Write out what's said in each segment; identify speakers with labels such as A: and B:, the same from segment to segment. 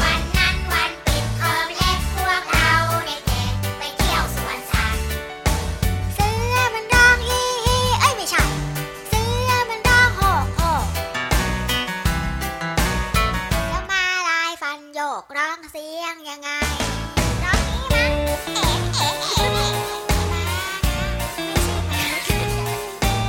A: วันนั้นวันปิดเทอมเล็กพวกเราเด็กๆไปเที่ยวสวนสัตว์เสือมันร้องอีอีเอ้ยไม่ใช่เสือมันร้องโหกโหกแล้วมาลายฟันโยกร้องเสียงยังไงร้องนี้มั้งเอ๊ะเอ๊ะเอ๊ะเอ๊ะไม่ใช่มานะ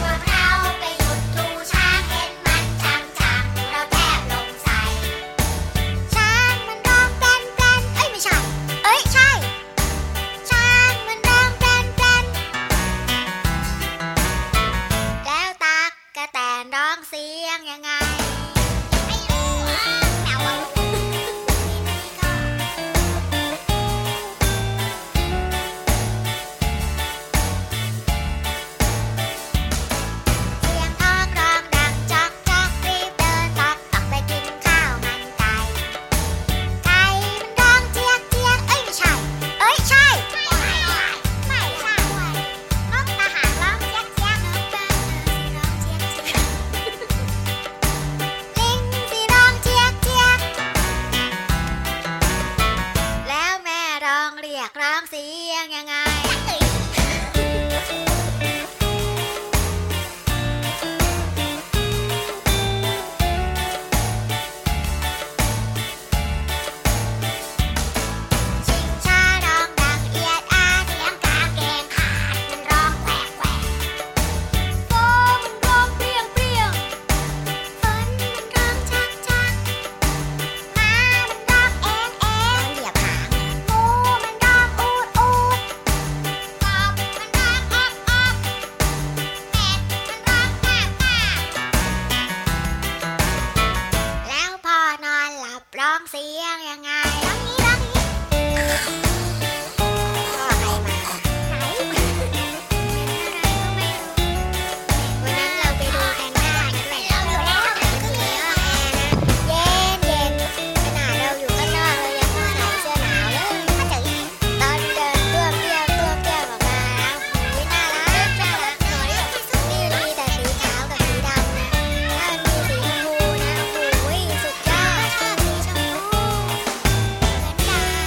A: พวกเราไปหยุดดูช้างเห็นมันจังๆเราแทบหลงใส ช้างมันร้องแปลนแปลนเอ้ยไม่ใช่ เอ้ยใช่ ช้างมันร้องแปลนแปลนแล้วตากกระแตนร้องเสียงยังไง ไม่รู้อ่ะแมวเอาทีนี้ก็เสียงท้องร้องดังจอกจอกรีบเดินตอกตอกไปกินข้าวมันไก่ ไก่มันร้องเจี๊ยกเจี๊ยกเอ้ยไม่ใช่ เอ้ยใช่ ไม่ใช่ ไม่ใช่นกทหารร้องเจี๊ยกเจี๊ยกนกเบิ้งเออสิร้องเจี๊ยกเจี๊ยกลิงสิร้องเจี๊ยกเจี๊ยกแล้วแม่ร้องเรียกร้องเสียงยังไง ชิงช้าร้องดังเอียดอาเสียงกาเกงขาดมันร้องแกว่งแกว่งโฟมันร้องเปรี้ยงเปรี้ยงฝนมันร้องชักชักม้ามันร้องเอ็งเอ็งเหยียบหางงูมันร้องอูดอูดกบมันร้องแอบแอบเป็ดมันร้องกาก้าแล้วพอนอนหลับร้องเสียงยังไงร้องนี้ร้องนี้ พ่อใครมาไหนเหม็นอะไรก็ไม่รู้วันนั้นเราไปดูกันได้กันแหละเราอยู่แล้วก็เหนือแอร์นะเย็นเย็นขนาดเราอยู่ข้างนอกเรายังไม่ใส่เสื้อหนาวเลยถ้าจะอีกตอนเดินเปรี้ยวเปรี้ยวเปรี้ยวเปรี้ยวออกมาแล้วนี่น่ารักน่ารักหน่อยนี่มีแต่สีขาวกับสีดำนะถ้ามันมีสีชมพูนะโอ้ยสุดยอดชอบสีชมพู ถ้ามันบินได้นะโอ้ยเ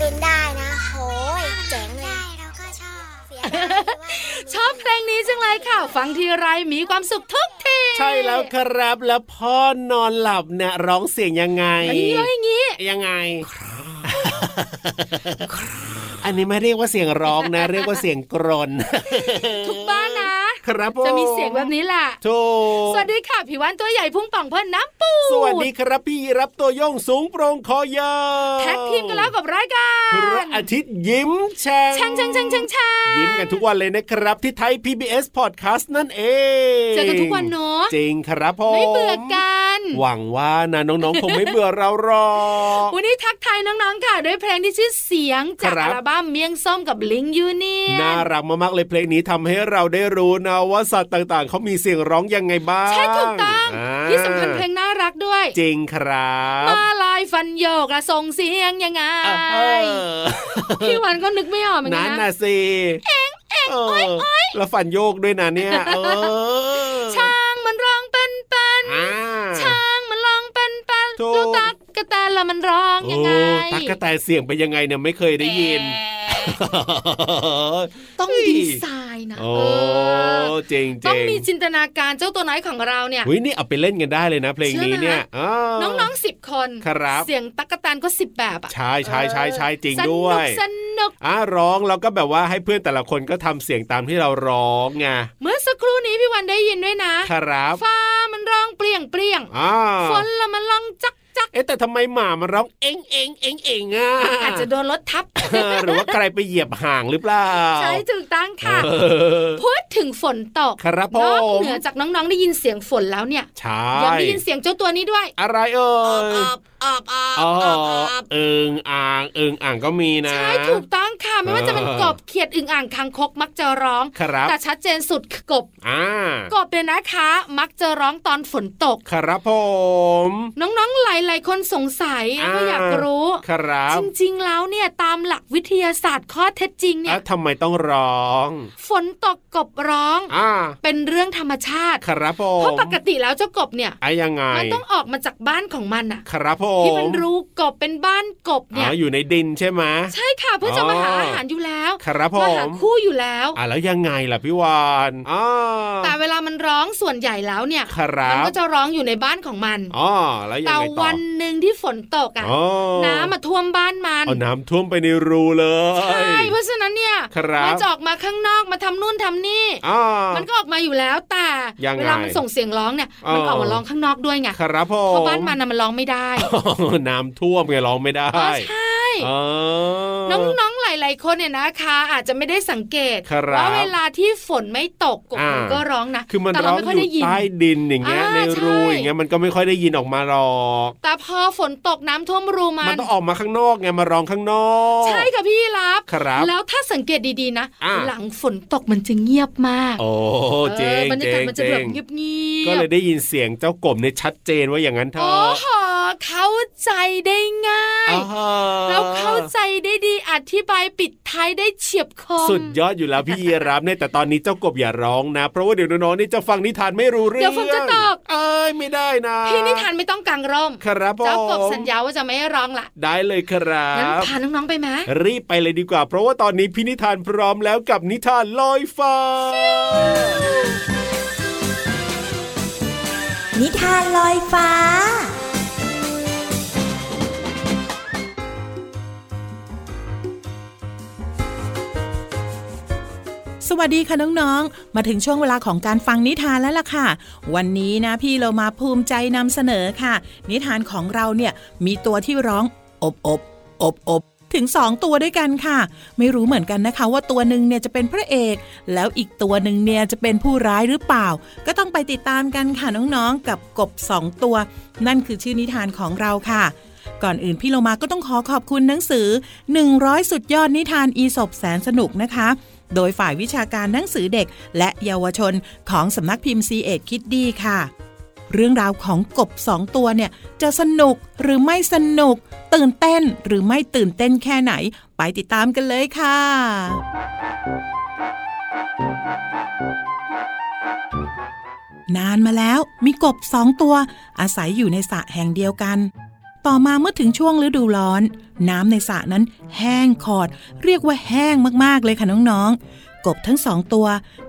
A: จ๋งเลย เราก็ชอบเสียดาย
B: ช
A: ว่า
B: อบเพลงนี้จังเลยค่ะ ฟังทีไรมีความสุขทุกที
C: ใช่แล้วครับแล้วพ่อนอนหลับเนี่ยร้องเสียงยังไง
B: อย่างนี้อย่างนี้
C: ยังไง อันนี้ไม่เรียกว่าเสียงร้องนะ เรียกว่าเสียงกรน
B: ทุกบ้านนะ
C: ครับผ
B: จะมีเสียงแบบนี้แหละ
C: ถูก
B: สวัสดีค่ะพี่วันตัวใหญ่พุ่งป่องเพิ่นน้ำปู
C: สวัสดีครับพี่รับตัวโยงสูงโปรงคอยาว
B: แท็กทีมกันแล้วกับรายกา
C: พ
B: ร
C: ระอาทิตย์ยิ้มแฉ่ง
B: ช่างช่างช่างช่างช่าง
C: ยิ้มกันทุกวันเลยนะครับ ที่ไทย PBS Podcast นั่นเอง
B: เจอกันทุกวันเนาะ
C: จริงครับผม
B: ไม่เบื่อกัน
C: หวังว่านะน้องๆ คงไม่เบื่อเราหรอก
B: วันนี้ทักทายน้องๆค่ะด้วยเพลงที่ชื่อเสียงจาก
C: ครับ
B: อัลบั้มเมียงส้มกับลิงยูเนีย
C: น่าน รักมากๆเลยเพลงนี้ทำให้เราได้รู้นะว่าสัตว์ต่างๆ เขามีเสียงร้องยังไงบ้าง
B: ใช่ถูกต้อง
C: า
B: ที่สำคัญเพลงน่ารักด้วย
C: จริงครับ
B: มาลายฟันโยกอะส่งเสียงยังไง
C: เออ
B: พี่วันก็นึกไม่ออกเหมือน
C: นั่
B: กัน นนะ
C: น่ะสิเอ็งเอ็งโอ้ยโอ้ยแล้วฝันโยกด้วยนะเนี่ยเออ
B: ช้างมันร้องเป็นเป็น
C: อ่า
B: ช้างมันร้องเป็นเป็น
C: ถูก
B: ดูตักกระแตนละมันร้องยังไง
C: โอ้ตั๊กกะแตนเสียงเป็นยังไงเนี่ยไม่เคยได้ยิน
B: ต้องดีไซน์นะ
C: โอ้
B: เออ
C: เจ๋ง
B: ต้อ
C: เจ๋
B: ง
C: ง
B: มีจินตนาการเจ้าตัวน้อยของเราเนี่ย
C: หุ้ยนี่เอาไปเล่นกันได้เลยนะ เพลงนี้เนี่ย
B: เชื่ไห
C: า
B: มน้องๆสิบคน
C: ครับ
B: เสียงตักกระแตนก็สิบแบบอะ
C: ใช่ใช่ใช่ใช่จริง
B: สนุ
C: ด้ว
B: ก
C: ย
B: สนุก
C: อ่ะร้องแล้วก็แบบว่าให้เพื่อนแต่ละคนก็ทำเสียงตามที่เราร้องไง
B: เมื่อสักครู่นี้พี่วันได้ยินด้วยนะครับฟ้ามันร้องเปรี้ยงเปรี้ยง
C: อ่า
B: ฝนละมันร้องจักจัก
C: เอ๊ะแต่ทำไมหมามันร้องเอ็งเอ็งเอ็งเอ็งอ่ะ
B: อาจจะโดนรถทับ
C: เออหรือว่าใครไปเหยียบห่างหรือเปล่า
B: ใช่ถูกต้องค่ะ
C: เออ
B: พูดถึงฝนตก
C: ครับ
B: นอก
C: ผม
B: เหนือจากน้องๆได้ยินเสียงฝนแล้วเนี่ย
C: ใช่
B: ยังได้ยินเสียงเจ้าตัวนี้ด้วย
C: อะไรเอ่
B: อย อบ ออบออบ
C: อ๋อ
B: ออบออบ
C: เอิงอ่างเอิงอ่างก็มีนะ
B: ใช่ถูกต้องค่ะไม่ว่าจะเป็น
C: เออ
B: กบเขียดอึ่งอ่างคางคกมักจะร้อง
C: ครับ
B: แต่ชัดเจนสุดคือกบ
C: อ่าก
B: บเนี่ยนะคะ มักจะร้องตอนฝนตก
C: ครับผม
B: น้องๆ หลายๆ คนสงสัย
C: อ่า
B: ก็อยากรู้
C: ครับ
B: จริงๆ แล้วเนี่ยตามหลักวิทยาศาสตร์ข้อเท็จจริงเนี่
C: อ่ะ
B: ย
C: ทำไมต้องร้อง
B: ฝนตกกบร้อง
C: อ่า
B: เป็นเรื่องธรรมชาติ
C: ครับผม
B: เพราะปกติแล้วเจ้ากบเนี่ย
C: ไอ้ยังไง
B: มันต้องออกมาจากบ้านของมันอะ
C: ครับผม
B: ที่มันรู้กบเป็นบ้านกบเนี่ย
C: อ๋ออยู่ในดินใช่ไหม
B: ใช่ค่ะเพื่อจะ
C: อ๋อ
B: มาหาอาหารอยู่แล้ว
C: ครับผ
B: มาหาม คู่อยู่แล้ว
C: อ่ะแล้วยังไงล่ะพี่วานอ๋อ
B: แต่เวลามันร้องส่วนใหญ่แล้วเนี่ย
C: ครั
B: มั
C: บ
B: ก็จะร้องอยู่ในบ้านของมัน
C: อ๋อแล้วยัง
B: แต่
C: ไงต่อ
B: วันหนึ่งที่ฝนตกอะ
C: อ๋อ
B: น้ำมาท่วมบ้านมัน
C: เอาน้ำท่วมไปในรูเลย
B: ใช่เพราะฉะนั้นเนี่ย
C: ครับ
B: มัจะออกมาข้างนอกมาทำนู่นทำนี่
C: อ๋อ
B: มันก็ออกมาอยู่แล้วแต่
C: ยังไง
B: เวลามันส่งเสียงร้องเนี่ย มัน
C: เออ
B: ก็ออกมาร้องข้างนอกด้วยไง
C: ครับผม
B: เพราะบ้านมันน่ะมันร้องไม่ได้
C: น้ำท่วมไงร้องไม่ได้
B: อ๋อใช่
C: อ๋อ
B: น้องๆหลาย ๆ คนเนี่ยนะคะ อาจจะไม่ได้สังเกต
C: ครับ
B: ว่าเวลาที่ฝนไม่ตกกบ
C: อ่ามั
B: มันก็ร้องนะ
C: คือมัน
B: แต่
C: ร้
B: เรา
C: อง
B: ไม่
C: อ
B: ค่อย
C: ยู่
B: ได้ยิน
C: ใต้ดินอย่างเงี้ย
B: อ่า
C: ในรู
B: ใช่
C: อย่างเงี้ยมันก็ไม่ค่อยได้ยินออกมาหรอก
B: แต่พอฝนตกน้ำท่วมรูมั
C: มัน
B: น
C: ต้องออกมาข้างนอกไงมาร้องข้างนอก
B: ใช่ค่ะพี่รับ
C: ครับ
B: แล้วถ้าสังเกตดีๆนะ
C: อ่า
B: หลังฝนตกมันจะเงียบมาก
C: โอ้เจ
B: เอง อบรรยา
C: เจ
B: กาศ
C: ง
B: มัน
C: เจ
B: จะแบบ
C: ง
B: เงียบๆ
C: ก็เลยได้ยินเสียงเจ้ากบเนี่ยชัดเจนว่าอย่างนั้นเถ
B: โอ้
C: อะ
B: โหเข้าใจได้ง่าย
C: อ่าฮะ
B: แล้วเข้าใจได้ดีอธิบายปิดท้ายได้เฉียบคม
C: สุดยอดอยู่แล้วพี่ยีรับเนี่ยแต่ตอนนี้เจ้ากบอย่าร้องนะ เพราะว่าเดี๋ยวน้องๆนี่จะฟังนิทานไม่รู้เรื่อง
B: เดี๋ยวฝนจะตก
C: เอ้ยไม่ได้นะ
B: พี่นิทานไม่ต้องกังร่ม
C: ครับผม
B: เจ้ากบสัญญาว่าจะไม่ร้องละ
C: ได้เลยครั
B: งั้น
C: บ
B: พาน้องๆไปไหม
C: รีบไปเลยดีกว่า เพราะว่าตอนนี้พี่นิทานพร้อมแล้วกับนิทานลอยฟ้า
D: นิทานลอยฟ้า
E: สวัสดีค่ะน้องๆ มาถึงช่วงเวลาของการฟังนิทานแล้วล่ะค่ะ วันนี้นะพี่เรามาภูมิใจนำเสนอค่ะ นิทานของเราเนี่ยมีตัวที่ร้องอบอบอบอบถึงสองตัวด้วยกันค่ะ ไม่รู้เหมือนกันนะคะ ว่าตัวหนึ่งเนี่ยจะเป็นพระเอก แล้วอีกตัวหนึ่งเนี่ยจะเป็นผู้ร้ายหรือเปล่า ก็ต้องไปติดตามกันค่ะน้องๆ กับกบสองตัว นั่นคือชื่อนิทานของเราค่ะ ก่อนอื่นพี่โลมาก็ต้องขอขอบคุณหนังสือ 100 สุดยอดนิทานอีสบแสนสนุกนะคะ โดยฝ่ายวิชาการหนังสือเด็กและเยาวชนของสำนักพิมพ์ c ีเอ็ดคิดดีค่ะ เรื่องราวของกบสองตัวเนี่ย จะสนุกหรือไม่สนุก ตื่นเต้นหรือไม่ตื่นเต้นแค่ไหน ไปติดตามกันเลยค่ะ นานมาแล้วมีกบสองตัว อาศัยอยู่ในสระแห่งเดียวกัน ต่อมาเมื่อถึงช่วงฤดูร้อน น้ำในสระนั้นแห้งขอด เรียกว่าแห้งมากๆเลยค่ะน้องๆ กบทั้งสองตัว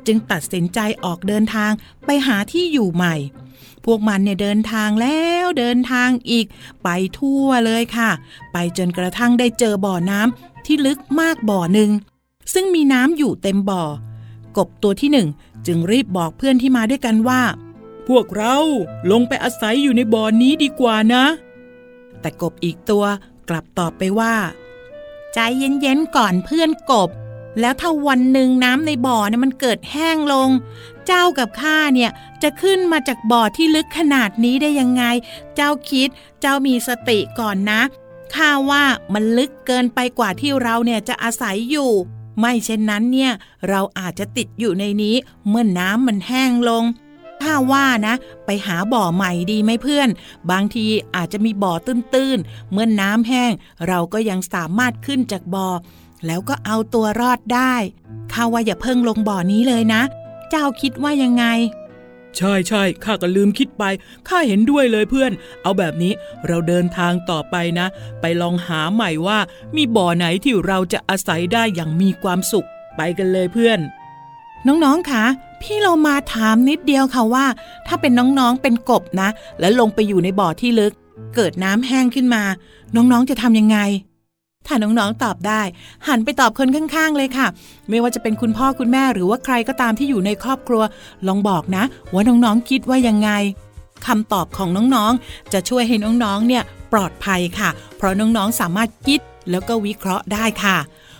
E: จึงตัดสินใจออกเดินทางไปหาที่อยู่ใหม่ พวกมันเนี่ยเดินทางแล้วเดินทางอีก ไปทั่วเลยค่ะ ไปจนกระทั่งได้เจอบ่อน้ำที่ลึกมากบ่อหนึ่ง ซึ่งมีน้ำอยู่เต็มบ่อ กบตัวที่หนึ่งจึงรีบบอกเพื่อนที่มาด้วยกันว่า พวกเราลงไปอาศัยอยู่ในบ่อนี้ดีกว่านะ แต่กบอีกตัวกลับตอบไปว่า ใจเย็นๆก่อนเพื่อนกบ แล้วถ้าวันหนึ่งน้ำในบ่อเนี่ยมันเกิดแห้งลง เจ้ากับข้าเนี่ยจะขึ้นมาจากบ่อที่ลึกขนาดนี้ได้ยังไง เจ้าคิดเจ้ามีสติก่อนนะข้าว่ามันลึกเกินไปกว่าที่เราเนี่ยจะอาศัยอยู่ ไม่เช่นนั้นเนี่ยเราอาจจะติดอยู่ในนี้เมื่อน้ำมันแห้งลง ถ้าว่านะ ไปหาบ่อใหม่ดีไหมเพื่อน บางทีอาจจะมีบ่อตื้นๆ เมื่อน้ำแห้ง เราก็ยังสามารถขึ้นจากบ่อ แล้วก็เอาตัวรอดได้ข้าว่าอย่าเพิ่งลงบ่อนี้เลยนะ เจ้าคิดว่ายังไง ใช่ใช่ข้าก็ลืมคิดไปข้าเห็นด้วยเลยเพื่อน เอาแบบนี้เราเดินทางต่อไปนะ ไปลองหาใหม่ว่า มีบ่อไหนที่เราจะอาศัยได้อย่างมีความสุข ไปกันเลยเพื่อน น้องๆ คะ พี่เรามาถามนิดเดียวค่ะว่า ถ้าเป็นน้องๆ เป็นกบนะ แล้วลงไปอยู่ในบ่อที่ลึก เกิดน้ำแห้งขึ้นมา น้องๆ จะทำยังไง ถ้าน้องๆ ตอบได้ หันไปตอบคนข้างๆ เลยค่ะ ไม่ว่าจะเป็นคุณพ่อคุณแม่หรือว่าใครก็ตามที่อยู่ในครอบครัว ลองบอกนะ ว่าน้องๆ คิดว่ายังไงคำตอบของน้องๆ จะช่วยให้น้องๆ เนี่ยปลอดภัยค่ะ เพราะน้องๆ สามารถคิดแล้วก็วิเคราะห์ได้ค่ะ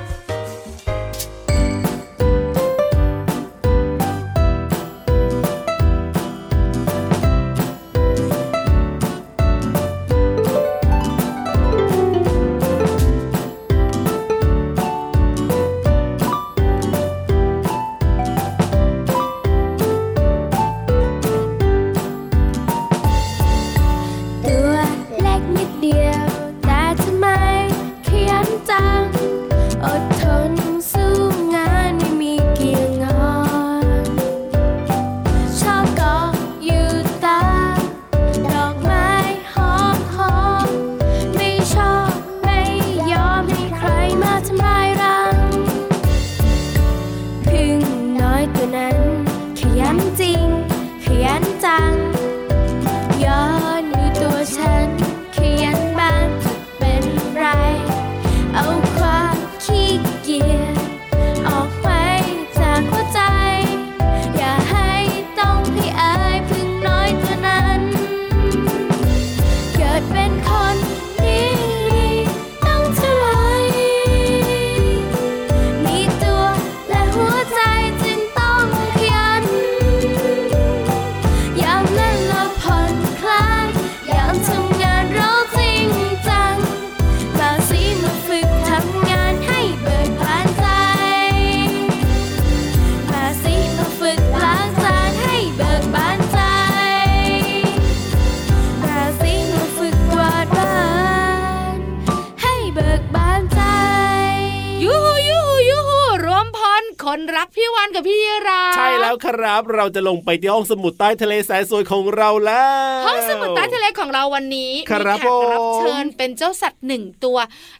A: น
B: คนรักพี่วันกับพี่ยีราฟ
C: ใช่แล้วครับ เราจะลงไปที่ห้องสมุดใต้ทะเลแสนสวยของเราแล้ว
B: ห้องสมุดใต้ทะเลของเราวันนี้มี
C: ค
B: แข
C: รับ
B: กรั
C: ผ
B: บ
C: ม
B: เชิญเป็นเจ้าสัตว์หนึ่งตัว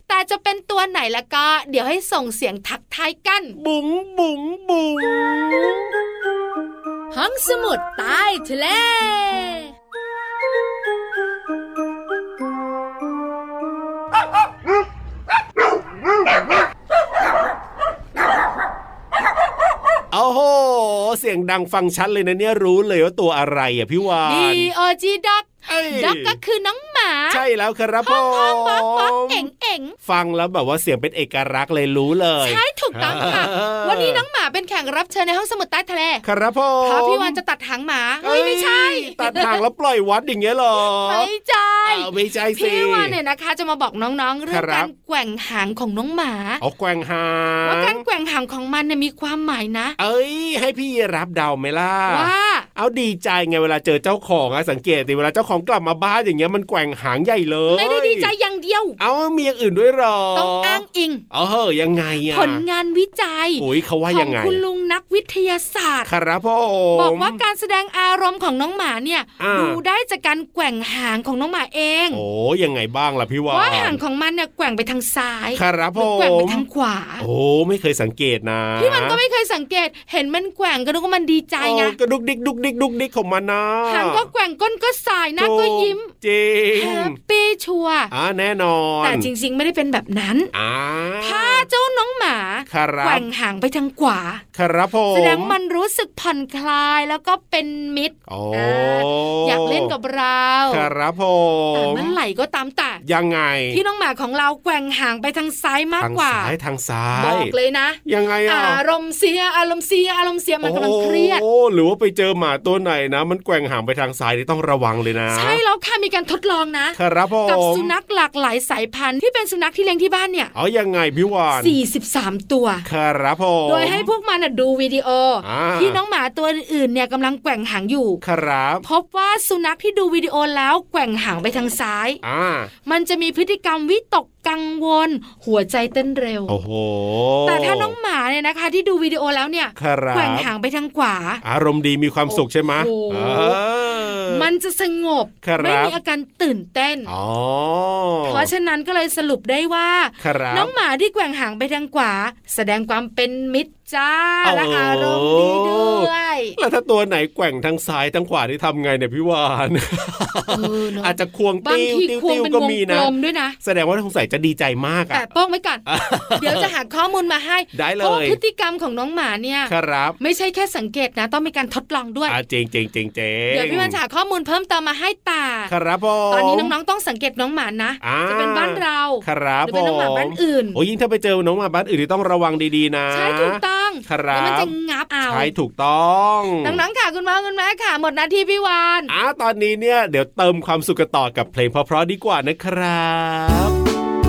B: แต่จะเป็นตัวไหนละก็ เดี๋ยวให้ส่งเสียงทักทายกัน
C: บุ๋งบุ๋งบุ๋ง
B: ห้องสมุดใต้ทะเล
C: โอ้โหเสียงดังฟังชัดเลยนะเนี่ยรู้เลยว่าตัวอะไรอ่ะพี่วาน
B: ดีโอจีด็อก
C: เอ้ย
B: ด็อกก็คือน้องหมา
C: ใช่แล้วครับผ
B: ห้องห้องป๊อกป๊อก
C: ม
B: เอ๋งเอ๋ง
C: ฟังแล้วแบบว่าเสียงเป็นเอกลักษณ์เลยรู้เลย
B: ใช่ถูกต้องค่ะ
C: เออ
B: วันนี้น้องหมาเป็นแขกรับเชิญในห้องสมุดใต้ทะเล
C: ครับผม
B: เพราะพี่วันจะตัดหางหมาเฮ้ยไม่ใช่
C: เอ้ยตัดทางแล้วปล่อยวัดอย่างเงี้ยเหรอ
B: ไม่ใช่
C: เอ้าไม่ใช่สิ
B: พี่วันเนี่ยนะคะ จะมาบอกน้องๆเรื่อง
C: ครับ
B: การแกว่งหางของน้องหมา
C: เอาแกว่งหา
B: ว่าการ
C: ง
B: แกว่งหางของมันเนี่ยมีความหมายนะ
C: เอ้ย ให้พี่รับเดาไหมล่ะ
B: ว่า
C: เอาดีใจไงเวลาเจอเจ้าของอะสังเกตดิเวลาเจ้าของกลับมาบ้านอย่างเงี้ยมันแกว่งหางใหญ่เลย
B: ไม่ได้ดีใจอย่างเดียว
C: เอามีอย่างอื่นด้วยเหรอ
B: ต้องอ้างอิง
C: เออเฮ้ยยังไงอะ
B: ผลงานวิจัย
C: โอ้ยเขาว่า
B: ข
C: ยั
B: อง
C: งไง
B: คุณลุงนักวิทยาศาสตร์
C: ครับผม
B: บอกว่าการแสดงอารมณ์ของน้องหมาเนี่ย
C: า
B: ดูได้จากการแกว่งหางของน้องหมาเอง
C: โอ้ยังไงบ้างล่ะพี่วาน
B: ว่าหางของมันเนี่ยแกว่งไปทางซ้าย
C: ครับ
B: ห
C: ผ
B: รือแกว่งไป
C: ม
B: ทางขวา
C: โอ้ไม่เคยสังเกตนะ
B: พี่มันก็ไม่เคยสังเกต เห็นมันแกว่งก็นึกว่ามันดีใจไง
C: เออก็ดุกดิกดุกดิกดุกดิกของมันนะ
B: หางก็แกว่งก้นก็สายหน้าก็ยิ้ม
C: จริง
B: แฮปปี้ชัวร์
C: อ่าแน่นอน
B: แต่จริง ๆ ไม่ได้เป็นแบบนั้น
C: อ่า
B: ถ้าเจ้าน้องหมา
C: คารั
B: แกว่
C: บ
B: งหางไปทางขวา
C: คารับผม
B: แสดงมันรู้สึกผ่อนคลายแล้วก็เป็นมิตร
C: โอ้
B: อ่ อยากเล่นกับเรา
C: คารับผ
B: แต่
C: ม
B: เมื่อไหร่ก็ตามแต่
C: ยังไง
B: ที่น้องหมาของเราแกว่งห่างไปทางซ้ายมาก
C: ทาง
B: กว่า
C: ซ้ายทางซ้า
B: บอย กเลยนะ
C: ยังไงอ่ะ
B: อารมณ์เสีย อารมณ์เสีย อารมณ์เสียมันกำลังเครียด
C: โอ้หรือว่าไปเจอหมาตัวไหนนะ มันแกว่งหางไปทางซ้ายนี่ต้องระวังเลยนะ
B: ใช่แล้วค่ะมีการทดลองนะ
C: คารับผม
B: กับสุนัขหลากหลายสายพันธุ์ที่เป็นสุนัขที่เลี้ยงที่บ้านเนี่ย
C: อ๋อยังไงพี่วาน
B: 43 ตัว
C: คารับผม
B: โดยให้พวกมันน่ะดูวิดีโอ
C: อ่า
B: ที่น้องหมาตัวอื่นๆเนี่ยกำลังแกว่งหางอยู่
C: คารับ
B: พบว่าสุนัขที่ดูวิดีโอแล้วแกว่งหางไปทางซ้าย
C: อ่า
B: มันจะมีพฤติกรรมวิตกกังวล หัวใจเต้นเร็ว
C: โอ้โห
B: แต่ถ้าน้องหมาเนี่ยนะคะ ที่ดูวิดีโอแล้วเนี่ย
C: คารับ
B: แกว่งหางไปทางขวา
C: อารมณ์ดีมีความสุขใช่ไหม
B: โอ้โห
C: เออ
B: มันจะสงบ
C: ครับ
B: ไม่มีอาการตื่นเต้น
C: อ๋อ
B: เพราะฉะนั้นก็เลยสรุปได้ว่า
C: ครับ
B: น้องหมาที่แกว่งหางไปทางขวา แสดงความเป็นมิตรจ้า และอารมณ์ดีด้วย
C: แล้วถ้าตัวไหนแกว่งทางซ้ายทางขวาที่ทำไงเนี่ยพี่วาน
B: เออเนอะ
C: อาจจะควง
B: บาง
C: ติ้ว
B: ที
C: ติ้ว
B: ควง
C: ติ้ว
B: เป็น
C: ก็
B: วง
C: มี
B: ก
C: นะ
B: ลมด้วยนะ
C: แสดงว่าสงสัยจะดีใจมาก
B: แต่
C: อ่ะ
B: โป้องไว้ก่อน เดี๋ยวจะหาข้อมูลมาให้
C: ได้เลย
B: พราะว่าพฤติกรรมของน้องหมาเนี่ย
C: ครับ
B: ไม่ใช่แค่สังเกตนะ ต้องมีการทดลองด้วย
C: อ่ะเจงเจงเจงเจง
B: เดี๋ยวพี่วันจะหาข้อมูลเพิ่มเติมมาให้ตา
C: ครับผม
B: ตอนนี้น้องๆ ต้องสังเกตน้องหมานะ
C: อ่า
B: จะเป็นบ้านเรา
C: ครับ
B: หรือเป็นน้องหมาบ้าน
C: ผม
B: อื่น
C: โอ้ยยิ่งถ้าไปเจอน้องหมาบ้านอื่นนี่ต้องระวังดีๆนะ
B: ใช่ถูกต้อง
C: ครับ
B: แล้วมัจะงับเอา
C: ใช่ถูกต้อง
B: น้องๆค่ะคุณพ่อคุณแม่ค่ะ หมดหน้าที่พี่วาน
C: อ่ะตอนนี้เนี่ยเดี๋ยวเติมความสุขกันต่อกับเพลงเพราะๆดีกว่านะครับ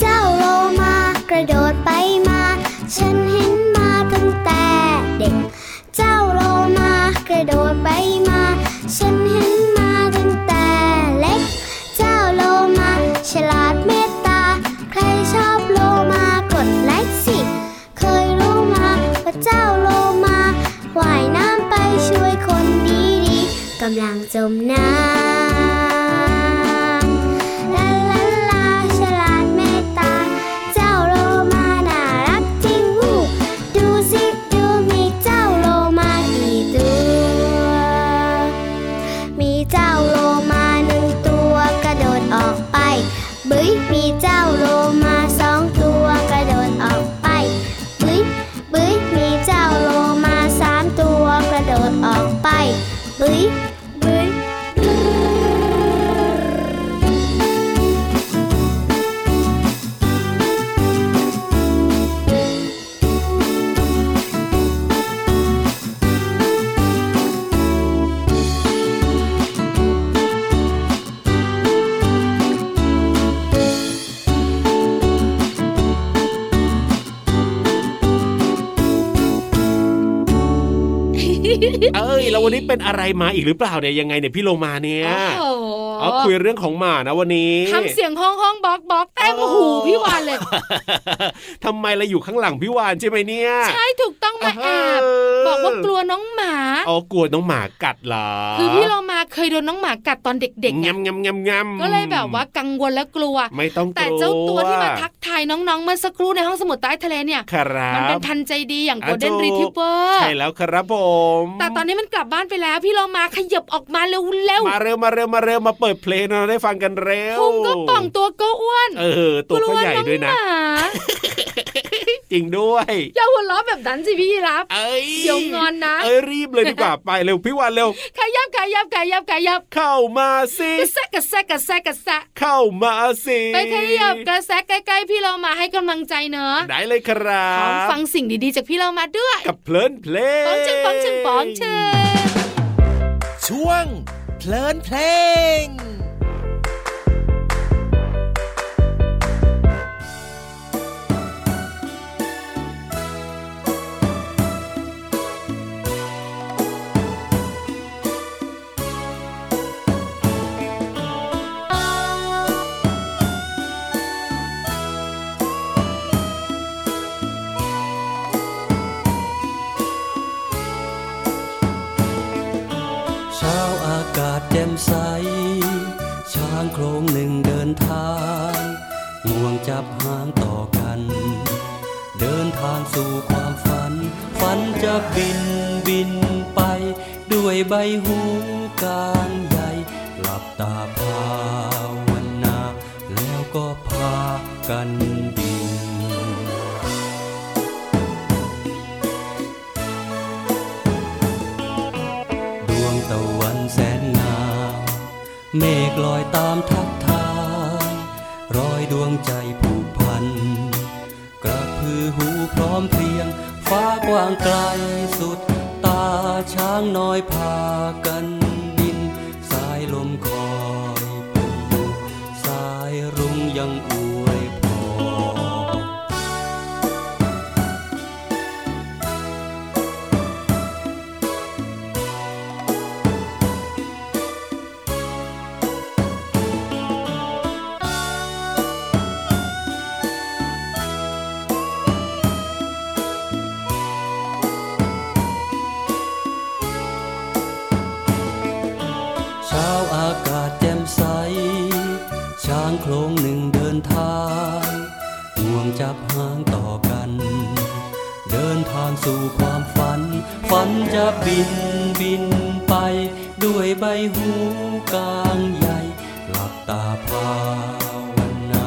F: เจ้าโลมากระโดดไปมา ฉันเห็นมาตั้งแต่เด็ก เจ้าโลมากระโดดไปมา ฉันเห็นมาตั้งแต่เล็ก เจ้าโลมาฉลาดเมตตา ใครชอบโลมากดไลค์สิ เคยรู้มาว่าเจ้าโลมาว่ายน้ำไปช่วยคนดีๆกำลังจมน้ำ ลาลาลาฉลาดเมตตา เจ้าโลมาน่ารักจริงหูดูสิดูมีเจ้าโลมากี่ตัว มีเจ้าโลมาหนึ่งตัวกระโดดออกไปบึ้ยมีเจ้าโลมาสองตัวกระโดดออกไปบึ้ยบึ้ยมีเจ้าโลมาสามตัวกระโดดออกไปบึ้ยบึ้ยบึ้ย
C: เอ้ยแล้ววันนี้เป็นอะไรมาอีกหรือเปล่าเนี่ยยังไงเนี่ยพี่โลมาเนี่ย
B: โอ้โห
C: เอาคุยเรื่องของหมานะวันนี้
B: ทำเสียงห้องห้องบอกบอกแต้ม
C: โอ้
B: หูพี่วานเลย
C: ทำไมเราอยู่ข้างหลังพี่วานใช่ไหมเนี่ย
B: ใช่ถูกต้องมาแอบ
C: อ่าฮะ
B: บอกว่ากลัวน้องหมา
C: เอากลัวน้องหมากัดเหรอ
B: คือพี่เรามาเคยโดนน้องหมากัดตอนเด็กๆไง
C: งำงำงำงำ
B: ก็เลยแบบว่ากังวลและกลัว
C: ไม่ต้อง
B: แต่
C: กลั
B: เจ้าตัวที่มาทักทายน้องๆเมื่อสักครู่ในห้องสมุดใต้ทะเลเนี่ย
C: ครับ
B: มันเป็นพันธุ์ใจดีอย่างโก
C: อ่ะ
B: ลเด้น
C: ถู
B: รีทิเวอร์
C: ใช่แล้วครับผม
B: แต่ตอนนี้มันกลับบ้านไปแล้ว พี่เรามาขยับออกมาเร็วๆ
C: มาเร็วมาเร็วมาเร็วมาเปิดเพลงเราได้ฟังกันเร็ว
B: พุงก็ป่องตัวก็อ้วน
C: เออ ตัว
B: กลั
C: ก็ใหญ่
B: น้อง
C: ด้วยนะ
B: หมา
C: จริงด้วย
B: อย่าหัวเราะแบบนั้นสิพี่รับ
C: เอ้ย
B: เดี๋ยวงอนนะ
C: เอ้ยรีบเลยดีก ว่า ไปเร็วพี่วานเร็ว
B: ขยับขยับขยับขยับ
C: เข้ามาสิ
B: กระแซะกระแซะกระแซะกระแซะ
C: เข้ามาสิ
B: ไปขยับกระแซะใกล้ๆพี่เรามาให้กำลังใจเนอะ
C: ได้เลยครั
B: ขอบ ฟังสิ่งดีๆจากพี่เรามาด้วย
C: กับเพลินเพลง
B: ป๋องชิงป๋องชิงป๋องเชิง
G: ช่วงเพลินเพลง
H: เช้าอากาศแจ่มใส ช้างโครงหนึ่งเดินทางงวงจับหางต่อกัน เดินทางสู่ความฝัน ฝันจะบินบินไป ด้วยใบหูกลางใหญ่หลับตาภาวนา แล้วก็พากันบิน ดวงตะวันแสนงามเมฆลอยตามทักทายร้อยดวงใจผูกพัน กระพือหูพร้อมเพรียง ฟ้ากว้างไกลสุด ตาช้างน้อยพากันบิน สายลมคอยเป็นอยู่สายรุ้งยังอวยพร เช้าอากาศแจ่มใส ช้างโครงหนึ่งเดินทางห่วงจับหางต่อกัน เดินทางสู่ความฝัน ฝันจะบินบินไป ด้วยใบหูกลางใหญ่ หลับตาภาวนา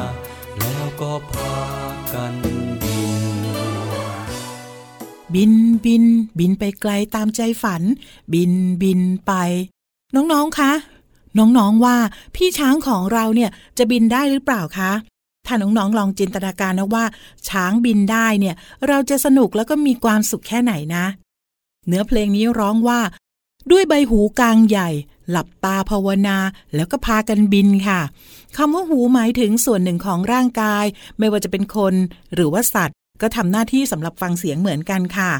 H: แล้วก็พากันบิน
E: บินบิน บินไปไกลตามใจฝัน บินบินไป น้องๆ คะ น้องๆ ว่าพี่ช้างของเราเนี่ยจะบินได้หรือเปล่าคะ ถ้าน้องๆ ลองจินตนาการนะว่า ช้างบินได้เนี่ย เราจะสนุกแล้วก็มีความสุขแค่ไหนนะ เนื้อเพลงนี้ร้องว่า ด้วยใบหูกลางใหญ่ หลับตาภาวนา แล้วก็พากันบินค่ะคำว่าหูหมายถึงส่วนหนึ่งของร่างกาย ไม่ว่าจะเป็นคน หรือว่าสัตว์ ก็ทำหน้าที่สำหรับฟังเสียงเหมือนกันค่ะ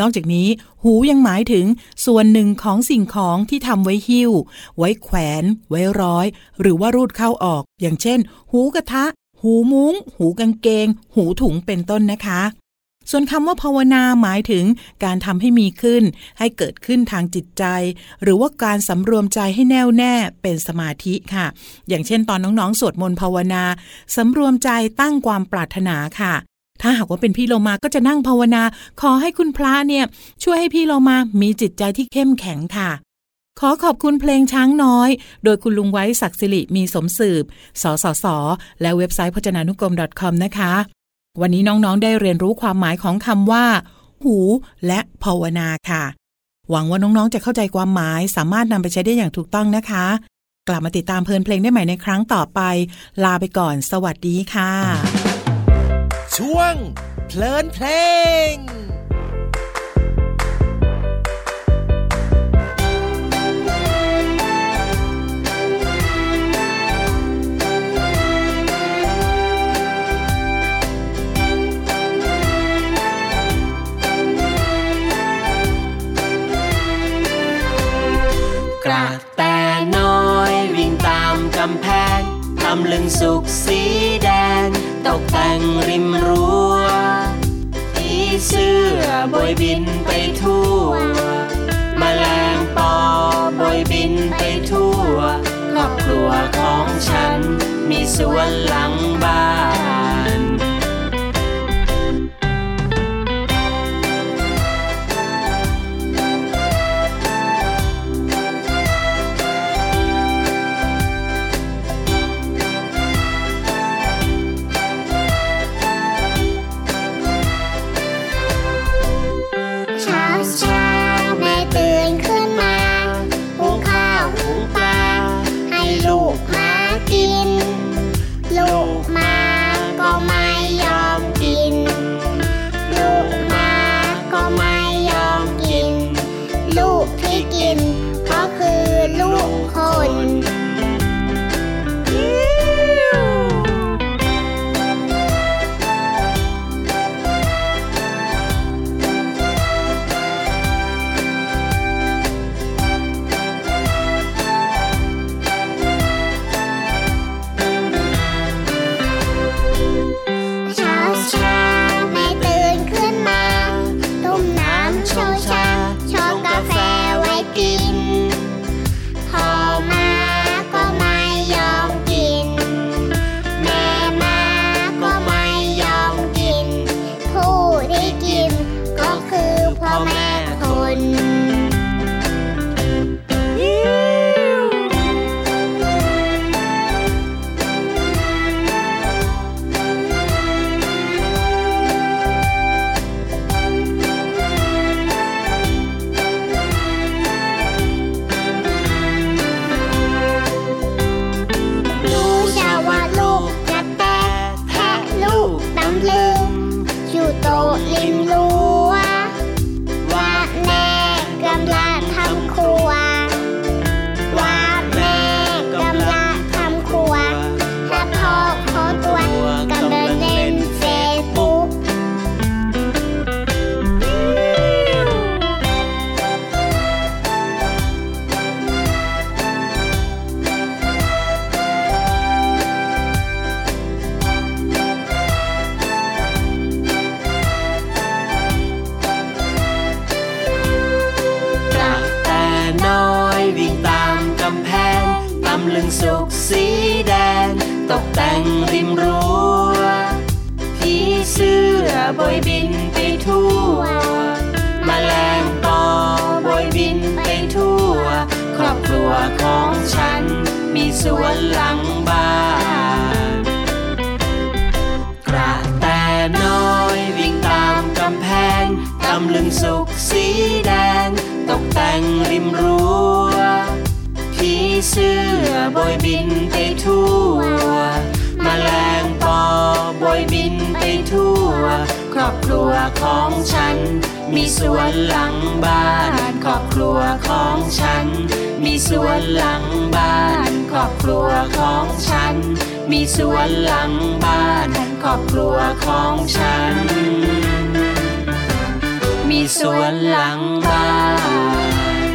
E: นอกจากนี้ หูยังหมายถึงส่วนหนึ่งของสิ่งของที่ทำไว้หิ้ว ไว้แขวน ไว้ร้อย หรือว่ารูดเข้าออก อย่างเช่น หูกระทะ หูมุง้ง หูกางเกง หูถุงเป็นต้นนะคะ ส่วนคำว่าภาวนาหมายถึงการทำให้มีขึ้น ให้เกิดขึ้นทางจิตใจ หรือว่าการสำรวมใจให้แน่วแน่เป็นสมาธิค่ะ อย่างเช่นตอนน้องๆ สวดมนต์ภาวนาสำรวมใจตั้งความปรารถนาค่ะ ถ้าหากว่าเป็นพี่โลมาก็จะนั่งภาวนา ขอให้คุณพระเนี่ย ช่วยให้พี่โลมามีจิตใจที่เข้มแข็งค่ะ ขอขอบคุณเพลงช้างน้อย โดยคุณลุงไว้ศักดิ์สิริมีสมสืบ สสส และเว็บไซต์พจนานุกรม .com นะคะ วันนี้น้องๆ ได้เรียนรู้ความหมายของคำว่า หูและภาวนาค่ะ หวังว่าน้องๆ จะเข้าใจความหมายสามารถนำไปใช้ได้อย่างถูกต้องนะคะ กลับมาติดตามเพลินเพลงได้ใหม่ในครั้งต่อไป ลาไปก่อน สวัสดีค่ะ
G: ช่วงเพลินเพลง
H: เ
I: สุกสีแดง ตกแต่งริมรั้วผีเสื้อบอยบินไปทั่วมแมลงปอบอยบินไปทั่วครอบครัวของฉัน มีสวนหลังบ้าน
G: เช้าเช้าแม่ตื่นขึ้นมาหุงข้าวหุงปลาให้ลูกหมากิน ลูกหมาก็ไม่ยอมกิน ลูกหมาก็ไม่ยอมกิน ลูกที่กินก็คือลูกคน เช้าเช้าแม่ตื่นขึ้นมาต้มน้ำโชยชาชงกาแฟไว้กิน พอมาก็ไม่ยอมกิน แม่มาก็ไม่ยอมกิน ผู้ที่กินก็คือพ่อแม่คน รู้ชาวว่าลูกกระแตแพะลูกน้ำลึงอยู่โตะริมรั้วว่าแม่กำลังทำครัว ว่าแม่กำลังทำครัวถ้าพ่อขอตัวกำลังเล่นเฟซบุ๊ก
I: ตักแต่น้อยวิ่งตามกำแพงตำลึงสุกสีแดง ตกแต่งริมรั้วผีเสื้อบอยบินไปทั่วมแมลงปอบอยบินไปทั่ว ครอบครัวของฉัน มีสวนหลังบ้าน กระแตน้อยวิ่งตามกำแพงตำลึงสุกสีแดง ตกแต่งริมรั้วผีเสื้อบอยบินไปทั่วมแมลงปอบอยบินไปทั่ว ครอบครัวของฉัน มีสวนหลังบ้าน ครอบครัวของฉัน มีสวนหลังบ้าน ครอบครัวของฉัน มีสวนหลังบ้าน ครอบครัวของฉัน มีสวนหลังบ้าน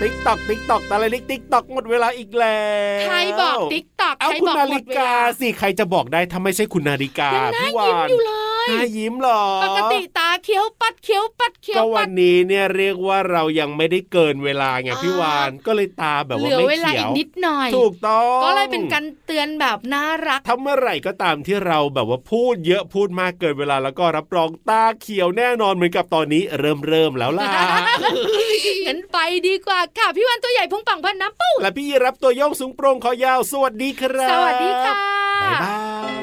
C: ติ๊กตอกติ๊กตอกตะไลลิกติ๊กตอกหมดเวลาอีกแล้ว
B: ใครบอกติ๊กตอก
C: เอา
B: ใคร
C: คุณ
B: บอก
C: นา
B: หม
C: ฬิ
B: ดเว
C: กา
B: ลา
C: สิใครจะบอกได้ถ้าไม่ใช่คุณนาฬิกา
B: ยังน่า
C: พี่วา
B: ยิ้ม
C: น
B: อยู่เลย
C: น่ายิ้มเหรอ
B: ปกติตาเคี้ยวปัดเคี้ยวปัดเคี้ย
C: ก็
B: ว
C: วั
B: ปัด
C: นนี้เนี่ยเรียกว่าเรายังไม่ได้เกินเวลาไงพี่วานก็เลยตาแบบ
B: เห
C: ว่า
B: ลือ
C: ไม่
B: เวลา
C: เขีย
B: อี
C: ว
B: กนิดหน่อย
C: ถูกต้อง
B: ก็เลยเป็นการเตือนแบบน่ารัก
C: ถ้าเมื่อไหร่ก็ตามที่เราแบบว่าพูดเยอะพูดมากเกินเวลาแล้วก็รับรองตาเขียวแน่นอนเหมือนกับตอนนี้เริ่มเริ่มแล้ว ล่ะ
B: งั้นไปดีกว่าค่ะ พี่วันตัวใหญ่พุงปังพันน้ำปู
C: และพี่รับตัวโยงสูงโปร่งคอยาวสวัสดีครับ
B: สวัสดีค่ะ
C: บ๊ายบาย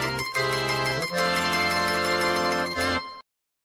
G: ง